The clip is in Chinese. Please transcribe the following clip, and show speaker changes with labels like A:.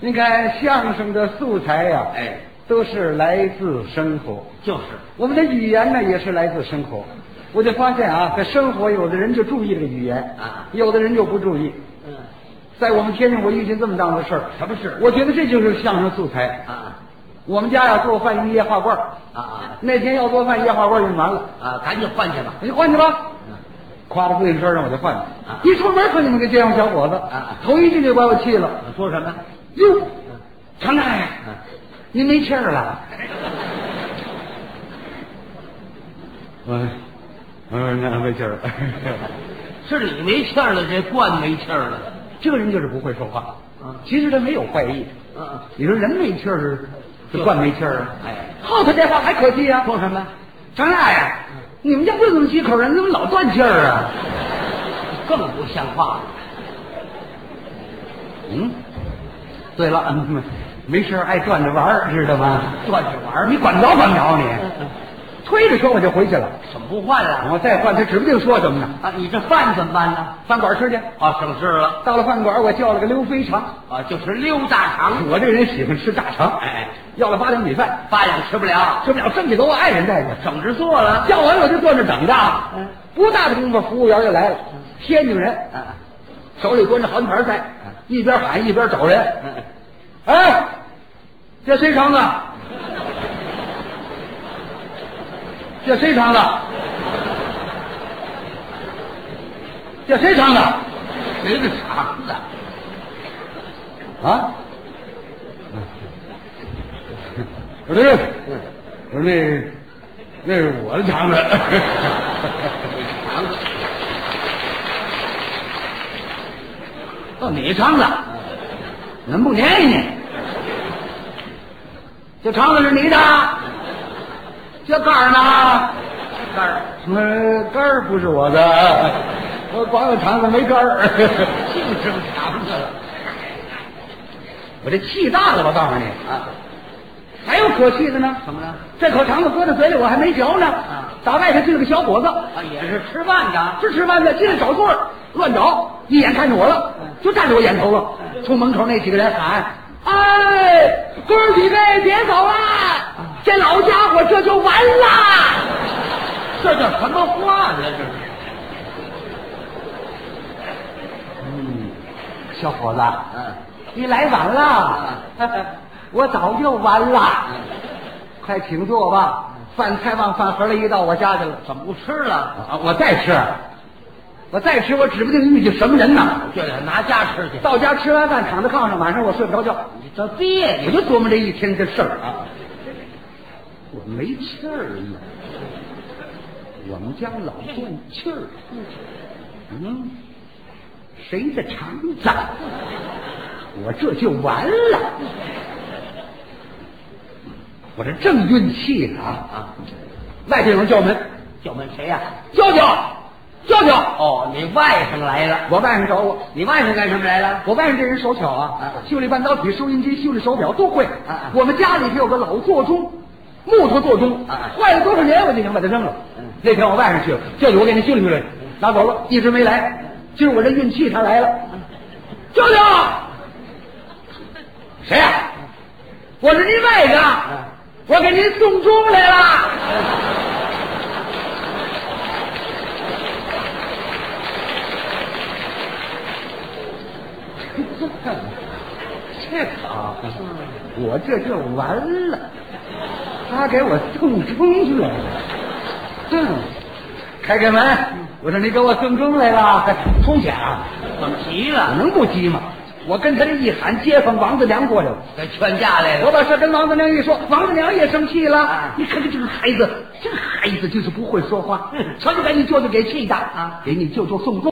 A: 你看相声的素材呀、
B: 哎，
A: 都是来自生活。
B: 就是
A: 我们的语言呢，也是来自生活。我就发现啊，在生活，有的人就注意这个语言
B: 啊
A: 有的人就不注意。
B: 嗯，
A: 在我们天津，我遇见这么档子事儿，
B: 什么事儿
A: 我觉得这就是相声素材。
B: 啊
A: 我们家呀做饭用液化罐儿，
B: 啊啊
A: 那天要做饭液化罐儿用完了，
B: 啊！赶紧换去吧。
A: 你换去吧。
B: 嗯
A: 挎着自行车让我就换去
B: 啊
A: 一出门可你们这街坊小伙子，
B: 啊
A: 头一句就把我气了。
B: 说什么？
A: 哟，常大爷，
B: 嗯
A: 您没气儿了？ 我，嗯，那没气儿了。
B: 是你没气儿了，这罐没气儿了。
A: 这个人就是不会说话。
B: 嗯
A: 其实他没有坏意。
B: 嗯，
A: 你说人没气儿，
B: 就
A: 这惯没气儿啊？
B: 哎
A: 后头这话还可惜啊。说什么？嗯张大爷，你们家就这么几口人，怎么老断气儿啊？
B: 更不像话了。
A: 嗯，对了，嗯，没事儿爱转着玩儿，知道吗？
B: 转着玩儿
A: 你管着管不着你
B: 嗯嗯？
A: 推着车我就回去了，
B: 怎么不换啊？
A: 我再换他指不定说什么呢。
B: 啊，你这饭怎么办呢？
A: 饭馆吃去。
B: 啊，省事了
A: 到了饭馆，我叫了个溜肥肠。
B: 啊，就是溜大肠，
A: 我这人喜欢吃大肠，
B: 哎，
A: 要了八两米饭，
B: 八两吃不了，
A: 这不了剩下给我爱人带去。
B: 省着做了。
A: 叫完我就坐那儿等着啊
B: 嗯，
A: 不大的功夫，服务员就来了，天津人，
B: 啊，
A: 手里端着好几盘菜，一边喊一边找人。
B: 嗯
A: 哎，这谁肠子？这谁肠子？这谁肠子？
B: 谁的肠子？
A: 啊？我这，我这，那是我的肠子。
B: 肠子，
A: 到你肠子，能不粘你？这肠子是你的，这盖儿呢？
B: 肝儿，
A: 呃，盖儿不是我的，我光有肠子没盖儿。
B: 净剩肠子了
A: 我这气大了，我告诉你，
B: 啊？
A: 还有可气的呢。
B: 怎么了？
A: 这口肠子搁在嘴里，我还没嚼呢。
B: 啊
A: 打外头进了个小伙子，
B: 啊，也是吃饭的。
A: 是吃饭的，进来找座儿乱找，一眼看见我了，
B: 嗯
A: 就站在我眼头了。冲门口那几个人喊：“
B: 嗯
A: 哎，哥儿几位别走啊！
B: 嗯
A: 这老家伙这就完啦
B: 这叫什么话呢？这是！”
A: 小伙子，
B: 嗯
A: 你来晚了， 我早就完了。快请坐吧，饭菜往饭盒里一倒，我家去了。
B: 怎么不吃了？
A: 啊，我再吃，我再吃，我指不定遇见什么人呢。
B: 这得拿家吃去。
A: 到家吃完饭，躺在炕上，晚上我睡不着觉。
B: 你这别
A: 我
B: 扭
A: 就琢磨这一天的事儿啊，我没气儿呢，我们家老断气儿，嗯，谁的肠子？我这就完了，我这正运气呢啊！
B: 啊！
A: 外头有人叫门，
B: 叫门谁呀、
A: 舅舅，舅舅，
B: 哦，你外甥来了。
A: 我外甥找我，
B: 你外甥干什么来了？
A: 我外甥这人手巧啊
B: 啊，
A: 修理半导体、收音机、修理手表都会
B: 啊啊。
A: 我们家里头有个老座钟，木头座钟
B: 啊啊，
A: 坏了多少年我就想把它扔了
B: 嗯。
A: 那天我外甥去了，舅舅我给您修理修理，拿走了，一直没来。今儿我这运气他来了，舅舅，谁呀？我是您外甥，
B: 嗯
A: 我给您送钟来了。 这好，我这就完了，他给我送钟来了，哼、开开门，我说你给我送钟来了，冲去啊！
B: 怎么急
A: 我
B: 了？
A: 能不急吗？我跟他这一喊，街坊王子良过来了。
B: 给劝架来
A: 我
B: 了。
A: 把事跟王子良一说，王子良也生气了。
B: 啊
A: 你看看这个孩子，这个孩子就是不会说话
B: 嗯，
A: 瞧瞧把你舅舅给气的
B: 啊
A: 给你舅舅送终。